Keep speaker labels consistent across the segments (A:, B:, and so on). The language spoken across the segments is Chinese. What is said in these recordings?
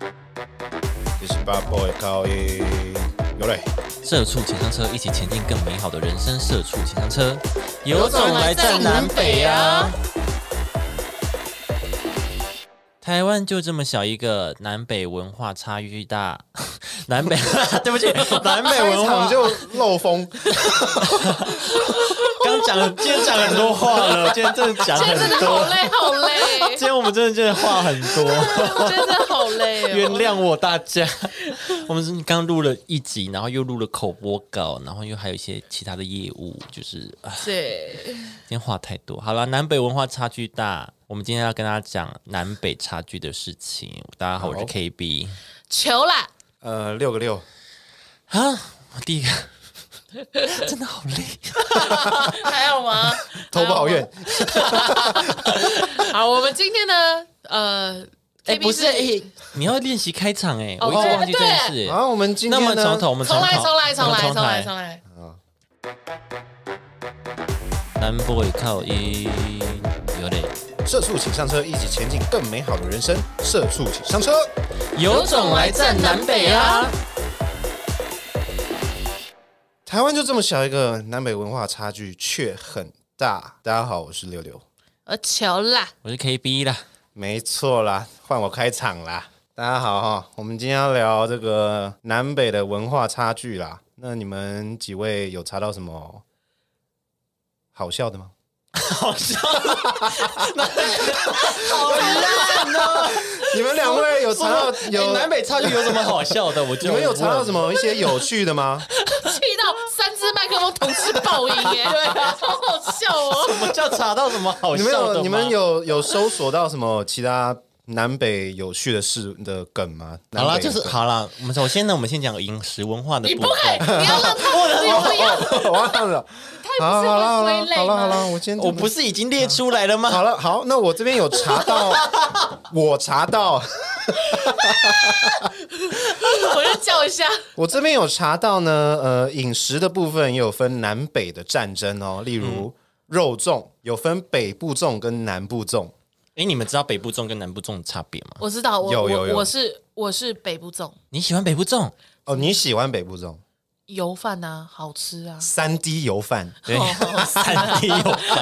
A: This is bad boy 高音，有嘞，
B: 社畜请上车，一起前进更美好的人生。社畜请上车，有
C: 种来战南北啊！
B: 啊台湾就这么小一个，南北文化差异巨大。 南北，对 不起，南北
A: 开
B: 文
A: 场
B: 化。
A: 啊就漏风，
B: 刚讲，今天讲很多话了，今天真的讲
C: 今天真的
B: 很
C: 好
B: 多。
C: 累，好累，
B: 今天我们真的真的话很 多，
C: 我觉得真的好累哦。
B: 原谅我大家。 我们是刚录了一集，然后又录了口播稿，然后又还有一些其他的业务，就是啊
C: 对，
B: 今天话太多，好了，南北文化差距大。我们今天要跟大家讲南北差距的事情。大家好，我是
A: 好
B: KB
C: 求啦，
A: 呃，六个六，
B: 啊，我第一个 真的好 累。
C: 还 有吗？
A: 头不好怨，
C: 好，我们今天呢，呃，
B: 哎、
C: KB
B: 不是，哎、你要练习开场哎、
C: 哦
B: 我一直
C: 对
B: 忘记这件事。
A: 然后我们今
B: 那我
A: 天
B: 们从
A: 呢，
B: 头，我们
C: 重来，
B: 头
C: 重来，重来，
B: 我们
C: 重来，重来。
B: 南北靠一，有点
A: 社畜请上车，一起前进更美好的人生，社畜请上车。
B: 有
C: 种来战南北啊！
A: 台湾就这么小一个，南北文化差距却很大。大家好，我是六六，
C: 呃，求啦，
B: 我是 KB 啦，
A: 没错啦，换我开场啦。大家好哈，我们今天要聊这个南北的文化差距啦。那你们几位有查到什么好笑的吗？
B: 好 笑，
A: 你们两位有查到有、
B: 哎南北差距有什么好笑的？我就
A: 你们有查到
B: 问
A: 什么一些有趣的吗？
C: 气到三只麦克风同时爆音耶，
A: 啊
C: 好好 笑哦。
B: 什么叫查到什么好
A: 你们
B: 笑的吗
A: 有你们有有搜索到什么其他南北有趣的事的梗吗？
B: 好
A: 南
B: 啦，
A: 北的
B: 就是
A: 梗
B: 好啦。我们首先呢，我们先讲饮食文化的
C: 你
B: 部
C: 不可以，
B: 分。
C: 你 要让他们，你不
A: 我
C: 要，
A: 忘了。
C: 太
A: 好
C: 不是
A: 好了好
C: 会
A: 了
C: 归类
A: 好了好
C: 吗
A: 了，我今天
B: 我不是已经列出来了吗？
A: 好了好，那我这边有查到，我查到，
C: 我就叫一下。
A: 我这边有查到呢。呃，饮食的部分也有分南北的战争哦，例如肉粽有分北部粽跟南部粽。
B: 哎、你们知道北部粽跟南部粽的差别吗？
C: 我知道，我
A: 有有
C: 我
A: 有
C: 我是我是北部粽，
B: 你喜欢北部粽？
A: 哦，你喜欢北部粽？
C: 油饭啊，好吃啊，
A: 三滴油饭，
B: 对
C: 哦 好吃
B: 三 D 有。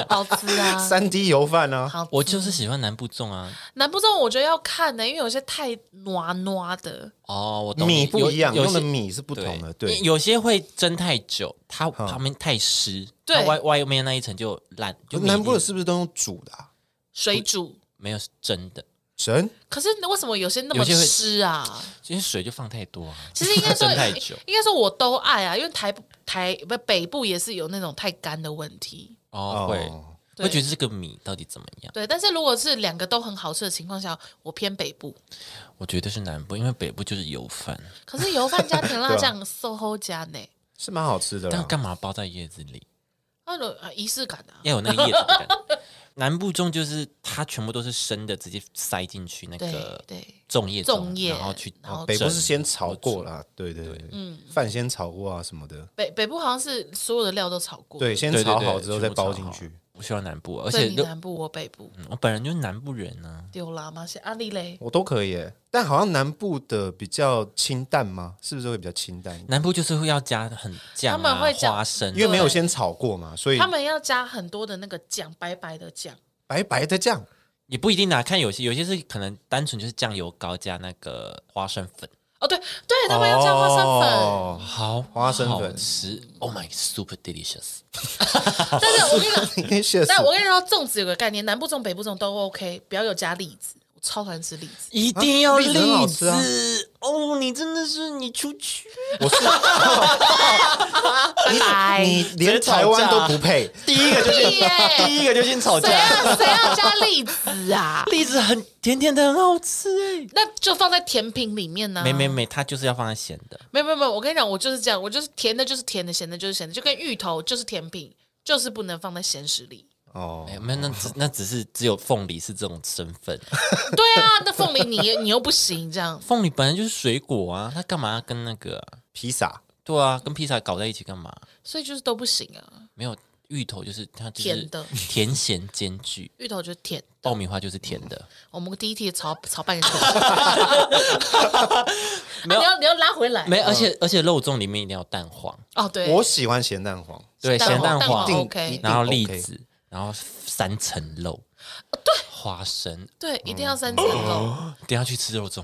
C: 好吃啊，
A: 三滴油饭呢、
C: 好吃。
B: 哎我就是喜欢南部粽啊！
C: 南部粽我觉得要看呢、因为有些太暖暖的，
B: 哦，我懂你
A: 米不一样，
B: 有有
A: 用
B: 些
A: 的米是不
B: 对
A: 同的。
B: 因
A: 对
B: 为，有些会蒸太久，它旁边太湿，
C: 对
B: 它外外面那一层就烂，就米
A: 南部的
B: 粒
A: 是不是都用煮的、啊？
C: 水煮。
B: 没有蒸的，
A: 神，
C: 可是为什么有些那么
B: 有些会
C: 湿啊？
B: 其实水就放太多啊。
C: 其实应该说
B: 蒸太久，
C: 应该说我都爱啊，因为台台不北部也是有那种太干的问题。
B: 哦，会
A: 哦
B: 会觉得这个米到底怎么样？
C: 对，但是如果是两个都很好吃的情况下，我偏北部。
B: 我觉得是南部，因为北部就是油饭，
C: 可是油饭加甜
B: 啊
C: 辣酱，SOHO 加呢，
A: 是蛮好
C: 啊
A: 吃的
B: 但
A: 啦。
B: 干嘛包在叶子里？
C: 那种啊仪式感啊。
B: 要有那叶子的感 觉。南部粽就是它全部都是生的，直接塞进去那个
C: 对对
B: 粽叶中
C: 粽叶
B: 然后去哦
C: 然后
A: 北部
B: 蒸
A: 是先炒过啦，对对对，嗯，饭先炒过啊什么的，
C: 北北部好像是所有的料都炒过。
A: 对，，先
B: 对对
A: 炒
B: 对
A: 好之后再
B: 全部
A: 包
B: 炒
A: 进
B: 好
A: 去。
B: 我喜欢南部，而
C: 所以
B: 且嗯
C: 你
B: 就
C: 南部我北部
B: 我本人就是南部人啊呢、
C: 丢啦吗？是阿丽啊嘞，
A: 我都可以耶，但好像南部的比较清淡吗？是不是会比较清淡？
C: 嗯
B: 南部就是会要加很酱、啊，
C: 他们会加
B: 花生，啊
A: 因为没有
C: 对
A: 先炒过嘛，所以
C: 他们要加很多的那个酱，白白的酱。
A: 白白的酱
B: 也不一定啊。看有些有些是可能单纯就是酱油膏加那个花生粉，
C: 哦，对对，他们要加花生粉，
A: 哦
B: 好
A: 花生粉
B: 好吃，Oh my super delicious。
C: 啊但是我跟你讲，
A: 谢谢
C: 但我跟你说，粽子有个概念，南部粽、北部粽都 OK，不要有加栗子，我超讨厌吃栗子。
B: 一定要
A: 啊
B: 栗
A: 栗子很好
B: 子
A: 吃啊
B: 哦！你真的是你出去，
A: 我是
C: 拜拜。
A: 你连
B: 接吵
A: 台
B: 架
A: 湾都不配，
B: 第一个就 先
C: 屁耶
B: 第一个就先吵
C: 谁
B: 架。
C: 要谁要加栗子啊？
B: 栗子很甜甜的，很好吃哎、
C: 那就放在甜品里面呢、
B: 没没没，它就是要放在咸的。
C: 没有没有没有，我跟你讲，我就是这样，我就是甜的，就是甜的，咸的，就是咸的，就跟芋头就是甜品，就是不能放在咸食里。
A: 哦
B: 没，哎有没有，那 只那只是只有凤梨是这种身份。
C: 对啊，那凤梨你你又不行这样。
B: 凤梨本来就是水果啊，它干嘛要跟那个啊、
A: 披萨
B: 对啊，跟披萨搞在一起干嘛？
C: 所以就是都不行啊。
B: 没有，芋头就是它就是
C: 甜的
B: 甜咸兼 具，
C: 芋头就是甜。
B: 爆米花就是甜的。
C: 我们第一题吵吵半 个小时，你要你要拉回来。
B: 没，而且而且肉粽里面一定要蛋黄，
C: 哦，对，
A: 我喜欢咸蛋黄，
B: 对，咸蛋
C: 蛋黄
B: 黄
C: 蛋黄，
A: 一
C: OK
A: 定
B: 然后栗
A: OK
B: 子，然后三层肉，
C: 哦
B: 对，花生，
C: 对，一定要三层肉。
B: 等一下去吃肉粽。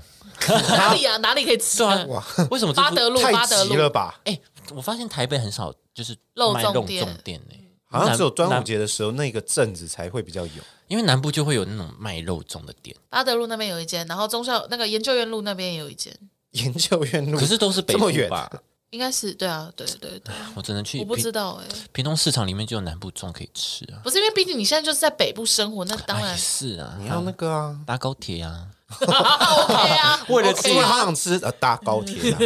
C: 哪里啊？哪里可以吃
B: 哦对啊
C: 啊？，
B: 为什么这
C: 巴
B: 附
C: 德路，巴
A: 太
C: 德
A: 急
C: 路
A: 了，吧？
B: 哎、我发现台北很少就是
C: 肉
B: 卖
C: 粽
B: 肉
C: 店
B: 粽店呢、
A: 好像只有
B: 南
A: 端午
B: 南
A: 节的时候那个阵子才会比较有。
B: 因为南部就会有那种卖肉粽的店，
C: 巴德路那边有一间，然后中校那个研究院路那边也有一间，
A: 研究院路
B: 可是都是 北
A: 这
B: 部
A: 么远
B: 吧？
C: 应该是对啊，对对对，
B: 我只能去
C: 我不
B: 屏
C: 知道哎，
B: 屏东市场里面就有南部粽可以吃啊。
C: 不是因为毕竟你现在就是在北部生活，那当
B: 啊
C: 然
B: 也是啊，
A: 你要那个啊，
B: 搭高铁啊，
C: OK 啊。
B: 为了
C: OK
B: 吃
A: 因为
C: 啊
A: 好想吃呃搭高铁啊，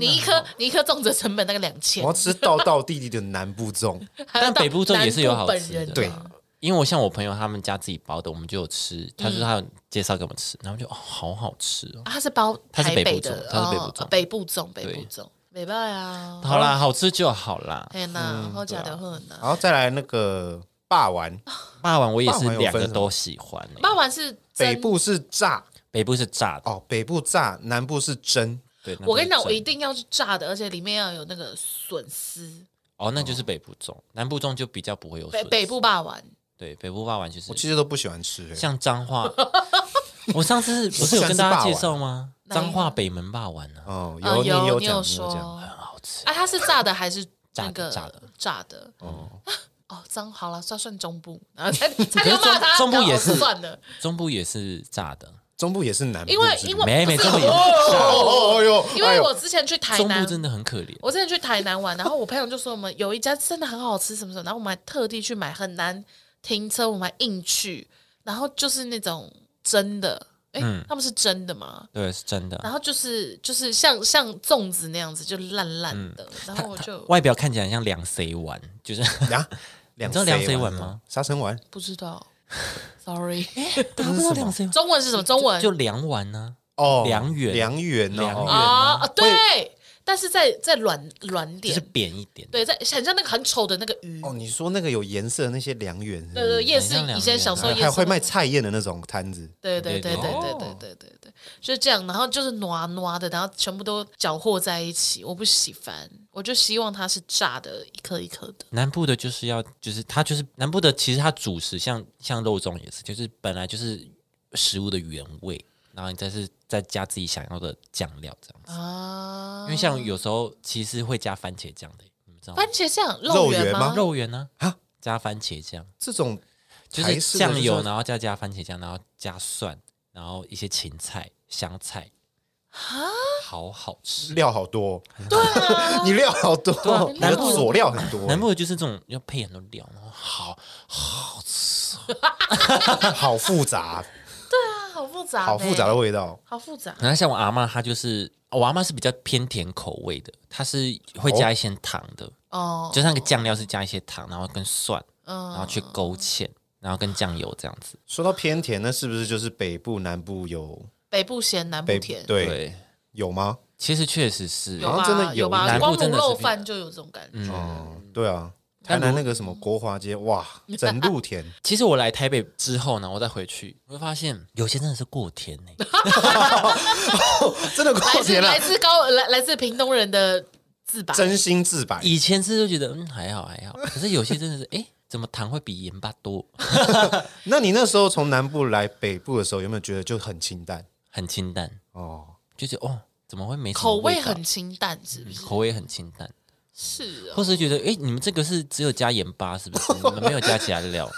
C: 你一颗你一颗粽子成本那个两千
A: 我要，吃道道地地的南部粽，
C: 还要
B: 但
C: 到
B: 北部粽也是有
C: 南部
B: 好
C: 本
B: 吃
C: 人啊
B: 的
A: 对，
B: 因为我像我朋友他们家自己包的，我们就有吃，他
C: 嗯
B: 说他有介绍给我们吃，然后就哦好好吃哦。
C: 啊它是包
B: 它是
C: 台
B: 北
C: 北
B: 部
C: 的
B: 粽，它是北部
C: 哦
B: 粽
C: 北部粽，北
B: 对
C: 部粽，北拜啊，
A: 嗯
B: 好啦，好吃就好啦。
C: 哎呐，
B: 嗯
C: 好啊假
B: 啊
C: 的很呐。
A: 然后再来那个霸丸，
C: 哦
B: 霸王我也
A: 霸
B: 是
A: 王有
B: 两
A: 分
B: 个
A: 什么
B: 都喜欢欸、
C: 八碗是
A: 北
C: 真，
A: 部是炸
B: 北部是炸的，
A: 哦，北部炸，南部是蒸，
B: 对。那
C: 我跟你
B: 不是
C: 讲，我
B: 蒸
C: 一定要去炸的，而且里面要有那个笋丝，
B: 哦，那就是北部粽，南部粽就比较不会有
C: 北
B: 笋
C: 北
B: 丝
C: 部霸丸，
B: 对北部霸王就是
A: 我其实都不喜欢吃、欸。
B: 像彰化，我上 次不是有跟大家介绍吗？
C: 哪一个
B: 彰化北门霸王呢，
A: 哦，
C: 啊
A: 有你
C: 有
A: 讲，
C: 有
A: 你有讲，
C: 说
B: 很好吃。
C: 啊，它是炸的还是
B: 炸
C: 那
B: 的
C: 个
B: 炸的
C: 炸的？
A: 哦，
C: 哦，脏好了，算算中部，然后才才要骂
B: 中
C: 他，
B: 中部
C: 然后
B: 也是
C: 算了，
B: 中部也是炸的，
A: 中部也是南部
C: 因为
A: 是不是
C: 因为
B: 没没
C: 不是
B: 中部也
C: 哦
A: 哦哦哦哟，
C: 因
A: 哎
C: 为
A: 呦
C: 我之前去台
B: 中
C: 南
B: 部，真的很可怜。
C: 我之前去台南玩，然后我朋友就说我们有一家真的很好吃，什么什么，然后我们还特地去买，很难停车，我们还硬去，然后就是那种真的，哎、
B: 嗯
C: 他们是真的吗？
B: 对，是真的。
C: 然后就是就是像像粽子那样子，就烂烂
B: 嗯
C: 的，然后我就
B: 外表看起来很像凉 C 丸，就是
A: 啊，两
B: 你知道
A: 两
B: 两水丸吗？
A: 沙参丸
C: 不知道，sorry，
B: 大家不知道凉 C 丸，
C: 中文是什么？中文
B: 就凉丸啊呢。
A: 哦，
B: 良缘
A: 良缘
B: 良
A: 哦
B: 缘，
C: 啊啊，对，但是在在软软
B: 就
C: 点
B: 是，扁一点，
C: 对，在很像那个很丑的那个鱼，
A: 哦，你说那个有颜色的那些良缘，
C: 对对，夜市
B: 很像两
C: 以前小时候
A: 还
C: 夜
A: 还
C: 市
A: 会卖
C: 那种
A: 菜叶的那种摊子，
C: 对对对
B: 对
C: 对
B: 对
C: 对对对对对，就是这样，然后就是挪挪啊的，然后全部都搅和在一起，我不喜欢，我就希望它是炸的，一颗一颗的。
B: 南部的就是要，就是它就是南部的，其实它主食像像肉粽也是，就是本来就是食物的原味，然后你再是再加自己想要的酱料这样子。
C: 啊
B: 因为像有时候其实会加番茄酱的，你们知道吗
C: 番？茄酱
A: 肉
C: 圆
A: 圆吗
B: 肉圆呢、
A: 啊
B: 加番茄酱，
A: 这种
B: 就
A: 台
B: 是
A: 式的
B: 酱
A: 就
B: 油，
A: 是
B: 然后再加番茄酱，然后加蒜，然后一些芹菜、香菜，好好吃。
A: 料好多哦，
C: 对 啊，
A: 你料好多哦，你
C: 南
A: 的
C: 部
A: 佐料很多，
B: 南部的就是这种要配很多料，然后
A: 啊
B: 好
A: 好复 杂，
C: 啊好复杂，
A: 好复杂的，味道。
C: 好复杂。
B: 然后像我阿妈，她就是哦我阿妈是比较偏甜口味的，她是会加一些糖的，
C: 哦，
B: 就是那个酱料是加一些糖，然后跟蒜，
A: 哦
B: 然后
C: 嗯，
B: 去勾芡，然后跟酱油这样子。
A: 说到偏甜，那是不是就是北部、南部有
C: 北部咸，南部
A: 北
C: 甜，
A: 对，有吗？
B: 其实确实是
C: 有
A: 好
C: 吧？
A: 像真的有
C: 吧？
B: 南部
C: 光
B: 真
C: 卤
B: 的是
C: 肉
B: 比
C: 饭就有这种感觉。
A: 哦，对啊，台南那个什么国华街， 哇，整路甜
B: 其实我来台北之后呢，我再回去，我会发现有些真的是过甜欸呢、
A: 真的
C: 来
A: 够
C: 自
A: 甜了啊
C: 来，自高来来自屏东人的自拔，
A: 真心自白。
B: 以前是就觉得嗯还好还好，可是有些真的是哎、诶怎么糖会比盐巴多？
A: 那你那时候从南部来北部的时候，有没有觉得就很清淡？
B: 很清淡，
A: 哦，
B: 就是哦怎么会没什么
C: 口
B: 味
C: 味
B: 道嗯
C: 很清淡，是不是？
B: 口味很清淡，
C: 是啊。
B: 或是觉得哎、诶你们这个是只有加盐巴是不是？你们没有加其他的料，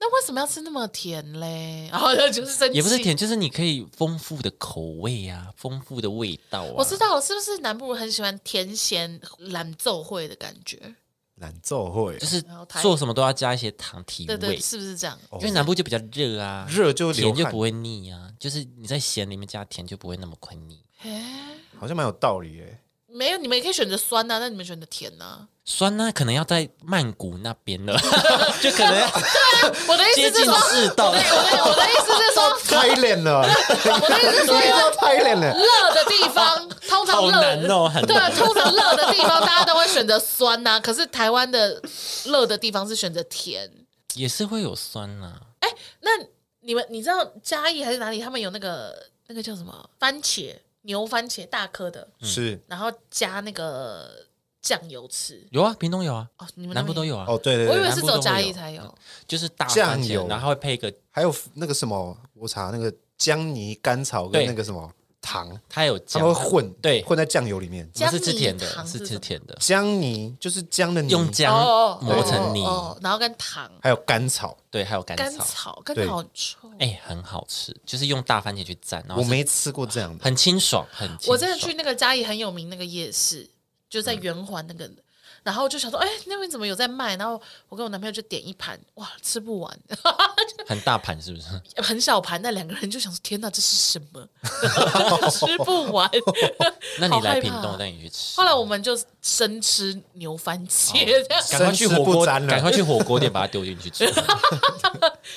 C: 那为什么要吃那么甜嘞？ 然后就是生气
B: 也不是。甜，就是你可以丰富的口味 啊，丰富的味道啊。
C: 我知道了，是不是南部人很喜欢甜咸蓝奏会的感觉？
A: 难奏会
B: 就，是
C: 然后台
B: 做什么都要加一些糖提
C: 对对，
B: 味，
C: 是不是这样？
B: 因为南部就比较热啊，
A: 热就流
B: 甜就
A: 汗
B: 不，会腻啊，就是你在咸里面加甜就不会那么快腻。
C: 哎，
A: 好像蛮有道理诶。
C: 没有，你们也可以选择酸呐、那你们选择甜啊呐、
B: 酸呢、可能要在曼谷那边了， 就可能要
C: 我的 意
B: 接
C: 思哎是
B: 近
C: 说，
B: 赤道
C: 对，我。的我 的意思是说，
A: 太冷了，啊
C: 我的意思是说，
B: 啊
A: 太冷了。
C: 热的地方通常
B: 好
C: 热
B: 难哦很难
C: 对啊，通常热的地方大家都会选择酸呐、可是台湾的热的地方是选择甜。
B: 也是会有酸呐、啊
C: 那你们你知道嘉义还是哪里？他们有那个那个叫什么番茄牛番茄大颗的，
A: 是
C: 然后加那个酱油吃。
B: 有啊，屏东有啊，
C: 哦，你们那
B: 南部
C: 边
B: 都有啊，
A: 哦，对对
C: 我以
A: 对，
C: 为是只有嘉
B: 南
C: 义
B: 部都会有
C: 才有。
B: 就是大
A: 酱
B: 番茄
A: 油
B: 然后会配一个，
A: 还有那个什么，我查那个姜泥甘草跟
B: 对
A: 那个什么糖，
B: 它有
A: 他
B: 酱
A: 们，会混，
B: 对
A: 混在酱油里面。
B: 我们是吃
C: 姜泥
B: 甜的，
C: 糖
B: 是
C: 是
B: 吃
C: 什么
B: 甜的，
A: 姜泥就是姜的泥，
B: 用姜
C: 哦哦
B: 磨成泥，
C: 哦哦然后跟糖、
A: 还有甘草，
B: 对，还有甘
C: 甘
B: 草，
C: 草，甘
A: 对
C: 草很臭。
B: 哎、很好吃，就是用大番茄去蘸，然后
A: 我
B: 哦是
A: 没吃过这样的。
B: 很清爽，很清爽
C: 我真的去那个嘉义很有名那个夜市，就
B: 嗯
C: 在圆环那个，然后就想说，哎、那边怎么有在卖？然后我跟我男朋友就点一盘，哇，吃不完，
B: 很大盘，是不 是？
C: 很小盘，那两个人就想说，天哪，这是什么？ 吃不完。
B: 那你
C: 好
B: 来
C: 害怕
B: 屏东，我带你去吃
C: 后。来我们就生吃牛番茄，这样
B: 赶快去火
A: 生吃不
B: 锅，
A: 沾了
B: 赶快去火锅店把它丢进 去吃。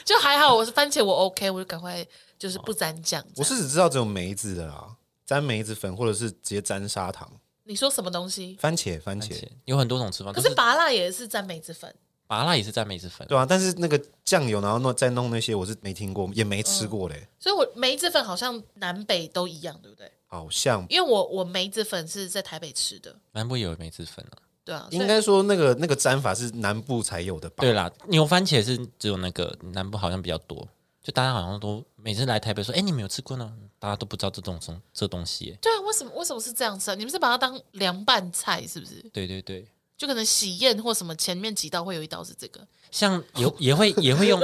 C: 就还好，我是番茄，我 OK，我就赶快就是不沾酱。
A: 我是只知道只有梅子的啦，沾梅子粉或者是直接沾砂糖，
C: 你说什么东西？
A: 番茄番
B: 番
A: 茄
B: 茄，有很多种吃法，
C: 可
B: 就是是
C: 拔辣也是沾梅子粉，
B: 麻辣也是蘸梅子粉，
A: 对啊，但是那个酱油，然后弄再弄那些，我是没听过，也没
B: 嗯
A: 吃过嘞，
C: 所以我梅子粉好像南北都一样，对不对？
A: 好像
C: 因为我我梅子粉是在台北吃的，
B: 南部也有梅子粉啊。
C: 对啊，所以
A: 应该说那个那个沾法是南部才有的吧？
B: 对啦，牛番茄是只有那个南部好像比较多，就大家好像都每次来台北说，哎、你们有吃过呢？大家都不知道这种东这东西耶、
C: 对啊，为什么为什么是这样吃啊？你们是把它当凉拌菜是不是？
B: 对对对，
C: 就可能喜宴或什么前面几道会有一道是这个，
B: 像有也会也会用，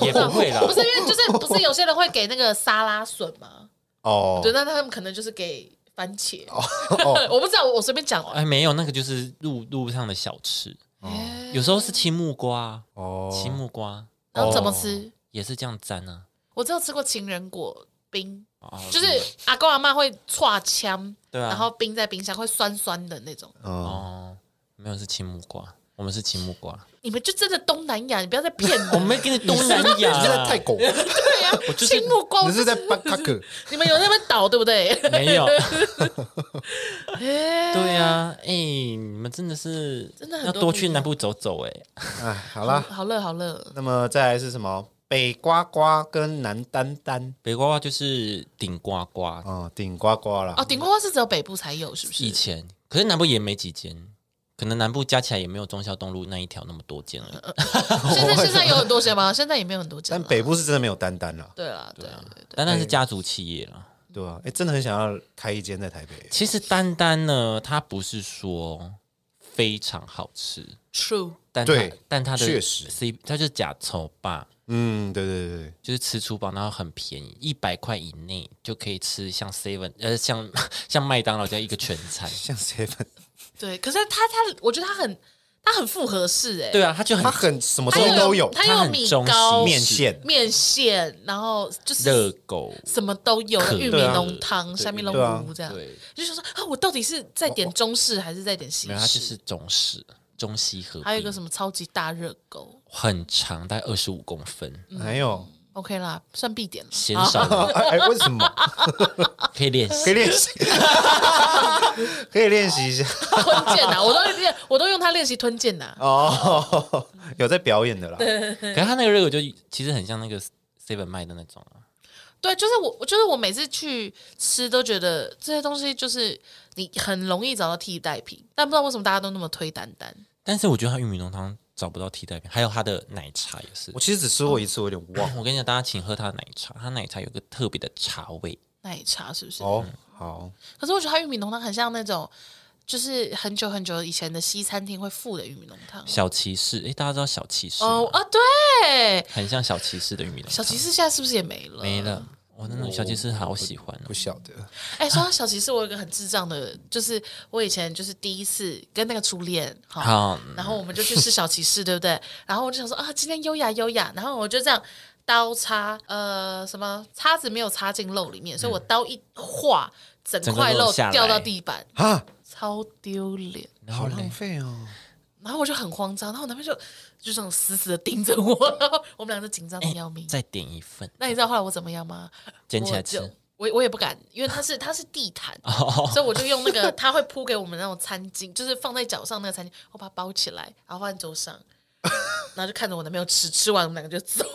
B: 也不会啦
C: 不。是因为 就是不是有些人会给那个沙拉笋吗？
A: 哦，
C: 对，那他们可能就是给番茄，
A: 哦
C: 我不知道，我我随便讲哦。
B: 哎，没有，那个就是路路上的小吃，
C: 哎
B: 有时候是青木瓜啊，青
A: 哦，
B: 木瓜哦
C: 然后怎么吃？
B: 也是这样沾啊。
C: 我只有吃过情人果冰，
B: 哦
C: 就是阿公阿妈会歘枪，
B: 对啊
C: 然后冰在冰箱会酸酸的那种。
A: 嗯，
B: 哦，没有是青木瓜，我们是青木瓜，
C: 你们就真的东南亚，你不要再骗我
B: 我们给你东南
A: 你
B: 亚
A: 是在泰 国，你
C: 对呀、
B: 就是
C: 青木瓜，
A: 是在巴卡 格，
C: 你们有在那边倒对不 对？啊
B: 没有，
C: 哎
B: 对啊，哎，你们真的是
C: 真的很
B: 要
C: 多
B: 多
C: 不
B: 去
C: 一
B: 南
C: 样
B: 部走走哎。
A: 哎，好
B: 啊
A: 啦，
C: 好热好热，
A: 那么再来是什么？北瓜瓜跟南丹丹
B: 北瓜瓜就是顶瓜瓜，
A: 啊，顶瓜瓜啦
C: 哦，。顶呱呱是只有北部才有，是不
B: 以
C: 是？
B: 前可是南部也没几间，可能南部加起来也没有忠孝东路那一条那么多间了。
C: 现在现在有很多 间吗？现在也没有很多间
A: 但
C: 了。
A: 北部是真的没有丹丹啦，
C: 对啦，对啊，对对
B: 单单是家族企业了。
A: 对啊，哎，真的很想要开一间在台北，
B: 其实丹丹呢，它不是说非常好吃，
C: ，True。
B: 但它
A: 对
B: 但它的
A: 确实
B: C 它就是假丑吧，
A: 嗯，对对对对，
B: 就是吃粗饱，然后很便宜，一百块以内就可以吃像 seven 呃像 像麦当劳这样一个全餐。
A: 像 seven，
C: 对，可是他他，我觉得他很他很复合式哎、
B: 对啊，它就
A: 它
B: 很
A: 很什么
C: 它
A: 东西都有，
C: 它
B: 它
C: 有
B: 很
C: 米
B: 中
C: 糕、
B: 式
A: 面线
C: 面线，然后就是
B: 热狗，
C: 什么都有，
B: 可
C: 玉米
A: 对啊
C: 浓汤、
B: 对
C: 虾米浓
A: 对啊
C: 糊这样，
B: 对，
C: 就想说啊，我到底是在点中式还是在点西
B: 没有它就
C: 式？
B: 是中式中西合
C: 还有一个
B: 璧，
C: 什么超级大热狗
B: 很长，大概二十五公分，
C: 嗯
A: 还有
C: ，OK 啦，算必点了。
B: 鲜
C: 啊
B: 少
A: 啊
B: 的
A: 哎哎，为什么
B: 可以练习
A: 可。以练习？ 可以练习一下
C: 吞剑呐、啊我都练，我都用它练习吞剑呐、
A: 哦， 有在表演的啦，
B: 可是它那个热狗就其实很像那个 seven 卖的那种啊，
C: 对，就是我，我就是我每次去吃都觉得这些东西就是你很容易找到替代品，但不知道为什么大家都那么推单单。
B: 但是我觉得它玉米浓汤找不到替代品，还有它的奶茶也是
A: 我。其实只吃过一次，我有点忘
B: 我跟你讲，大家请喝它的奶茶，它奶茶有个特别的茶味，
C: 奶茶是不是？
A: 哦，好，
C: 可是我觉得它玉米浓汤很像那种，就是很久很久以前的西餐厅会附的玉米浓汤。
B: 小骑士。诶，大家知道小骑士吗
C: 哦啊，对，
B: 很像小骑士的玉米浓汤。
C: 小骑士哦现在是不是也没了？
B: 没。了，我那种小骑士好喜欢哦
A: 不。晓得
C: 哎、说到小骑士，我有一个很智障的，就是我以前就是第一次跟那个初恋，好，
B: 好，
C: 然后我们就去吃小骑士，对不对？然后我就想说啊，今天优雅优雅，然后我就这样刀叉呃什么叉子没有插进肉里面，所以我刀一划，整
B: 嗯整个
C: 块
B: 肉
C: 肉
B: 下来
C: 掉到地板，
A: 啊，
C: 超丢脸。
B: 然后
A: 好
B: 嘞
A: 浪费哦。
C: 然后我就很慌张，然后我男朋友就就这样死死的盯着
B: 哎
C: 我，然后我们俩就紧张的要命。
B: 再点一份，
C: 那你知道后来我怎么样吗？
B: 捡起来吃哦
C: 我就。我我也不敢，因为它是它是地毯，所以我就用那个它会铺给我们那种餐巾，就是放在脚上那个餐巾，我把它包起来，然后放在 桌上，然后就看着我男朋友吃，吃完我们两个就走。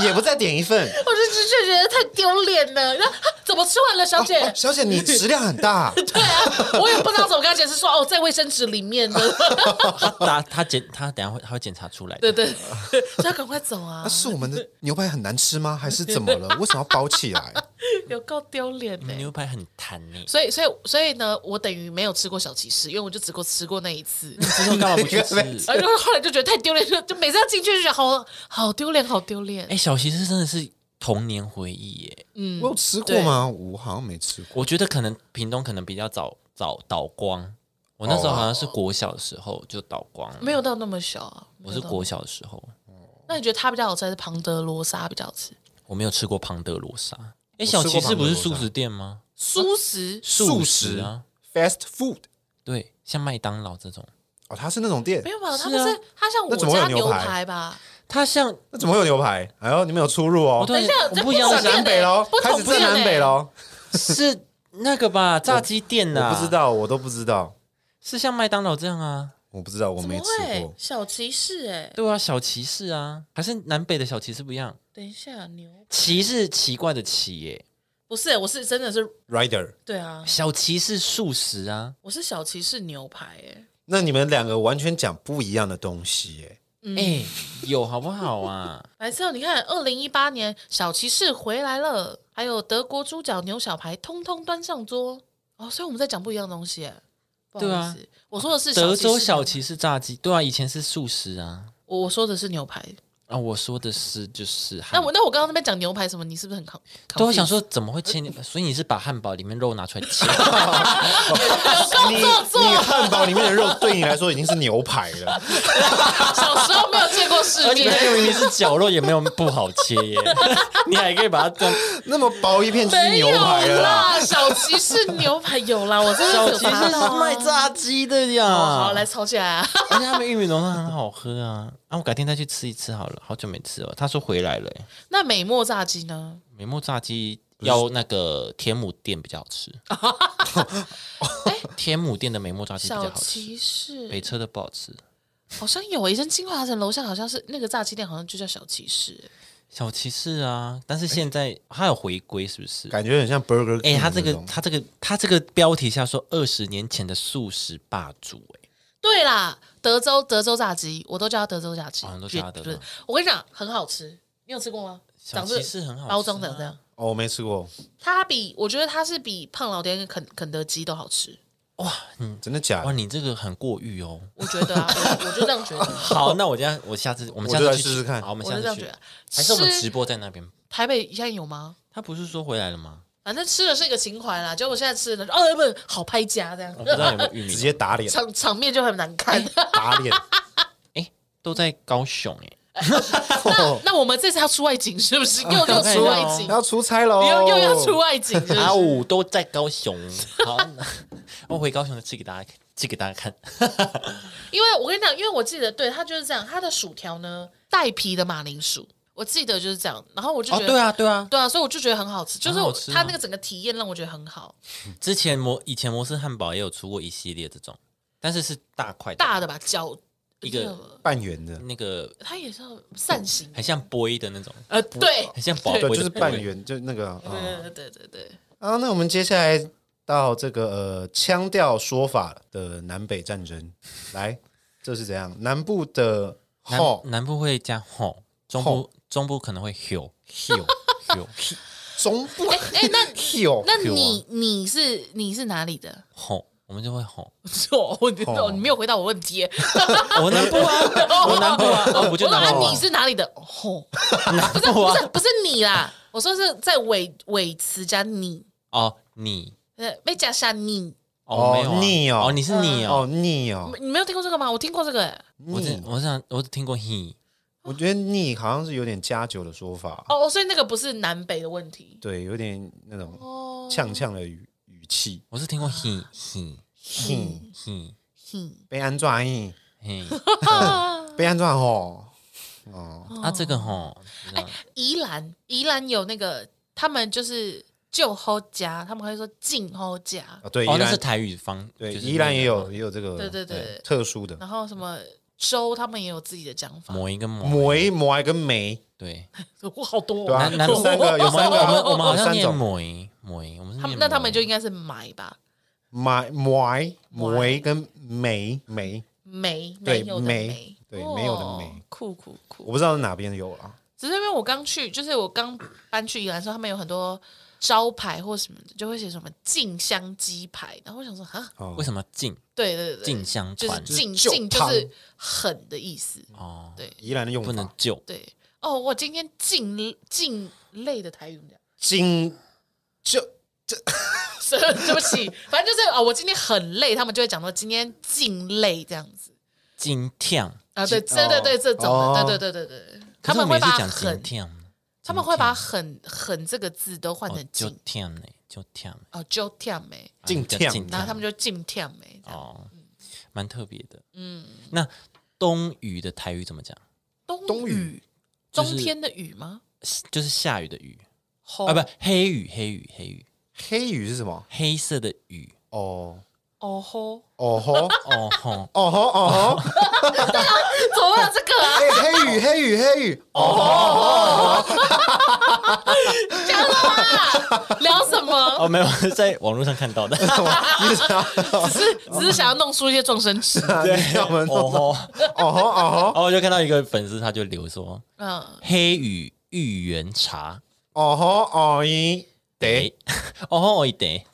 A: 也不再点一 份。
C: 我就只是觉得太丢脸了。然后啊怎么吃完了，小姐？
A: 哦小姐，你食量很 大，
C: 对啊，我也不知道怎么跟她解释说哦，在卫生纸里面的。
B: 他他他检他等一下会他会检查出来的。
C: 对对，对所以要赶快走啊
A: 那，是我们的牛排很难吃吗？还是怎么 了？为什么要包起来？
C: 有够丢脸的。
B: 牛排很弹欸 呢，
C: 所以，所以，所以呢，我等于没有吃过小骑士，因为我就只过吃过那一次，
B: 之后干嘛不去
A: 那个
B: 吃？
C: 然后后来就觉得太丢脸，就就每次要进去就觉得好好丢脸，好丢脸。
B: 哎，小骑士真的是童年回忆耶。
A: 我有吃过吗？我好像没吃过。
B: 我觉得可能屏东可能比较早早倒光，我那时
A: 哦
B: 候好像是国小的时候就倒光了。
C: 没有到那么小啊，
B: 我是国小的时候，
C: 那你觉得它比较好吃，还是庞德罗莎比较好吃？
B: 我没有吃过庞德罗莎。哎，
A: 吃过
B: 小骑士不
A: 庞德
B: 是素
A: 罗莎
B: 食店吗？
C: 素食
B: 素食啊
A: ，fast food
B: 对，像麦当劳这种，
A: 哦，它是那种店
C: 没，有吧？
B: 是啊
C: 它不是它像我
A: 那怎么会有
C: 家
A: 牛
C: 牛
A: 排
C: 排吧？
B: 它像
A: 那怎么会有牛排？哎呦，你们有出入
B: 我
A: 哦
B: 突，然
C: 等一下
B: 我
C: 这
B: 不一样的
C: 不是
B: 想
A: 南北喽，
C: 不
A: 开
C: 同
A: 始
B: 欸
A: 在南北喽，
B: 是那个吧，炸鸡店呐、
A: 我不知道，我都不知道，
B: 是像麦当劳这样啊，
A: 我不知道，我
C: 怎
A: 没
C: 么
A: 吃
C: 会
A: 过？。
C: 小骑士哎、
B: 对啊，小骑士啊，还是南北的小骑士不一样，
C: 等一下牛
B: 骑是奇怪的骑耶、
C: 不是、我是真的是
A: Rider，
C: 对啊，
B: 小骑士素食啊，
C: 我是小骑士牛排哎、
A: 那你们两个完全讲不一样的东西 耶。
C: 嗯
B: 哎、有好不好啊？
C: 白痴哦！你看，二零一八年小骑士回来了，还有德国猪脚牛小排，通通端上桌哦。所以我们在讲不一样的东西耶，不好
B: 对
C: 意
B: 啊
C: 思，我说的 是
B: 德
C: 骑士
B: 州小，骑士炸鸡，对啊，以前是素食啊。
C: 我我说的是牛排。
B: 啊，我说的是就是汉
C: 那我那我刚刚那边讲牛排什么，你是不是很抗？
B: 对，啊我想说怎么会切
C: 呃
B: 牛？所以你是把汉堡里面肉拿出来 切？
A: 你
C: 做作
A: 你汉堡里面的肉对你来说已经是牛排了，
C: 小时候哦没有见过 世
B: 而且那
C: 面，
B: 个明明是绞肉，也没有不好切 耶，你还可以把它这样。
A: 那么薄一片就是
C: 没有
A: 牛排了啦。
C: 啦。小骑士牛排有啦，我真的
B: 小
C: 有
B: 骑
C: 查
B: 士
C: 到啊
B: 是卖炸鸡的呀，
C: 哦好，来吵起来啊！
B: 而且他们玉米浓汤很好喝啊！啊，我改天再去吃一次好了，好久没吃了。他说回来了、欸，
C: 那美墨炸鸡呢？
B: 美墨炸鸡要那个天母店比较好 吃。天母店的美墨炸鸡比较
C: 小
B: 好吃，
C: 骑士
B: 北车的不好吃。
C: 好像有诶，以前金华城楼下好像是那个炸鸡店，好像就叫小骑士。
B: 小骑士啊，但是现在它有回归，是不是？
A: 感觉很像 Burger，
B: 哎、
A: King
B: 他这个
A: 那种
B: 他这个他这个标题下说二十年前的素食霸主、欸，
C: 对啦，德州德州炸鸡，我都叫它德州炸鸡，
B: 哦你都叫它德州
C: 不是我跟你讲，很好吃，你有吃过吗？
B: 小
C: 长
B: 骑
C: 这
B: 士很好吃啊
C: 包装长这样，
A: 哦，我没吃过，
C: 它比我觉得它是比胖老爹跟肯肯德基都好吃，
A: 真的假
B: 哇，
A: 的？
B: 你这个很过誉哦。
C: 我觉得啊，我我就这 样觉得，
B: 好，那我这样，我下次我们
A: 我
B: 下
A: 就
B: 次
A: 来
B: 去
A: 试试看
B: 好，我们
C: 我
B: 下
C: 就这
B: 次
C: 样
B: 去
C: 觉，得。
B: 还是我们
C: 吃
B: 直播在那 边？
C: 台北现在有吗？
B: 他不是说回来了吗？
C: 反正吃的是一个情怀啦，结果我现在吃的哦不是好拍家这样
B: 我，不知 道有没有玉米
A: 直接打脸，
C: 场场面就很难看。
A: 打脸。
B: 哎、都在高雄哎、哦
C: 那那我们这次要出外景是不是？又又出外景，
A: 要出差喽，
C: 你又又要出外景是不是，
B: 啊五都在高雄。好，那我回高雄的吃给大家，吃给大家看。
C: 因为我跟你讲，因为我记得，对它就是这样，它的薯条呢带皮的马铃薯，我记得就是这样。然后我就
B: 哦
C: 觉，得，
B: 对啊，对啊，
C: 对啊，所以我就觉得很好吃，就是
B: 很好
C: 我
B: 吃啊
C: 它那个整个体验让我觉得很好。
B: 之前摩以前摩斯汉堡也有出过一系列这种，但是是大块的
C: 大的吧，脚
B: 一个哎
C: 那个
A: 半圆的，
B: 那个
C: 它也是要扇形，
B: 很像杯的那种，
C: 呃，对，
B: 很像宝
A: 对，
B: 贝，
A: 就是半。圆，就那个
B: 哦
A: 啊。
C: 对嗯对对对，
A: 啊，那我们接下来到这个呃腔调说法的南北战争，来，这是怎样？南部的
B: 南
A: 吼
B: 南部会加吼，中部中部可能会 hill hill hill
A: 中部
C: 哎哎，那
A: 吼，
C: 那
B: 啊
C: 你你是你是哪里的？
B: 吼，我们就会吼。
C: 错，我你
A: 哦
C: 你没有回答我问题。
B: 我南部啊， 我南部 啊，哦，我就
C: 我说
B: 南
C: 啊
B: 部啊
C: 你。是哪里的？哦，
B: 南部啊
C: 不，是不是你啦，我说是在尾尾词加你，
B: 哦，你
C: 呃，被加下你。
A: 哦
B: 哦，没有
A: 你哦
B: 啊哦，你是你
A: 哦
B: 哦，
A: 腻哦，
C: 你没有听过这个吗？我听过这个、欸。
B: 我只
A: 腻，
B: 我想我只听过 he，
A: 我觉得腻好像是有点加酒的说法，
C: 哦，哦所以那个不是南北的问题。
A: 对，有点那种
C: 哦，
A: 呛呛的语语气，
B: 我是听过 he he
A: 哼，
B: he
C: 哼，
A: 被安装硬，
C: 嗯
B: he，
A: 被安装吼，
C: 哦
B: 啊这个吼，
C: 哎宜兰，宜兰有那个，他们就是旧后家，他们会说进后家，
A: 啊，对，
B: 哦，
A: 宜
B: 那
A: 兰
B: 是台语方，
A: 对
B: 就是
A: 宜兰
B: 那个
A: 也有也有这个
C: 对对对。
A: 特殊的
C: 然后什么州，他们也有自己的讲法。
B: 摩一跟摩，
A: 抹一抹一跟梅，
B: 对，
C: 我好多、
A: 对
C: 哦，
A: 啊
B: 南南
A: 有三个有
B: 我们
A: 三个
B: 我们我们好
A: 有
B: 像
A: 三
B: 念
A: 种
B: 摩一摩一，我们是
C: 他们
B: 念
C: 那他们
A: 啊
B: 摩
C: 就应该是埋吧，
A: 买买
C: 抹
A: 梅跟梅梅，
C: 没没
A: 对
C: 有的
A: 没
C: 没，
A: 对
C: 哦
A: 没有的没，
C: 酷酷
A: 我
C: 酷。
A: 不知道是哪边有啊。
C: 只是因为我刚去，就是我刚搬去宜兰的时候，他们有很多招牌或什么的，就会写什么静香鸡排，然后我想说啊，
A: 哦
B: 为什么进
C: 对对对，
B: 进香
C: 就是
B: 团
C: 静
A: 就是
C: 静
A: 就
C: 就是狠的意思，
B: 哦，
C: 对
A: 宜兰的用
B: 不能
A: 法？
B: 救
C: 对。哦，我今天静静类的台语怎么讲？
A: 金就
C: 是对不起，反正就是哦，我今天很累，他们就会讲说今天静累这样子
B: 金跳，
C: 啊，对，
A: 静
C: 对对
A: 哦
C: 对，这种
A: 哦
C: 的，对对对对对，
B: 可
C: 他
B: 是我
C: 们
B: 们也
C: 会把
B: 是讲金
C: 很，
B: 跳，
C: 他们会把很很这个字都换
B: 哦
C: 成
B: 就
C: 静
B: 跳呢，就跳呢，
C: 哦，就跳没，
A: 进
B: 叫
A: 跳
B: 进
C: 然后
B: 跳
C: 他们就静跳没，这样
B: 哦，蛮特别的，嗯，那冬雨的台语怎么讲？
C: 冬
A: 冬
C: 雨
A: 雨，
B: 哦就是
C: 冬天的雨吗？
B: 就是下雨的雨
C: 红
B: 啊，不黑雨黑雨黑雨
A: 黑雨是什么？
B: 黑色的雨
A: 哦
C: 哦吼，
A: 哦吼
B: 哦吼，
A: 哦吼哦吼，
C: 怎么会有这个啊？
A: 哎黑雨黑雨黑雨哦
C: 讲什么啊？ 聊什么？
B: 哦没有 在网络上看到的，
A: 哦
C: 只是只是想要弄出一些撞声 词，
A: 对，我们
B: 哦
A: 哦
B: 吼，
A: 吼哦吼
B: 哦我就看到一个粉丝他就留说
C: 嗯，
B: 黑雨芋圆茶，
A: 哦吼哦一得
B: 诶， 哦吼一得，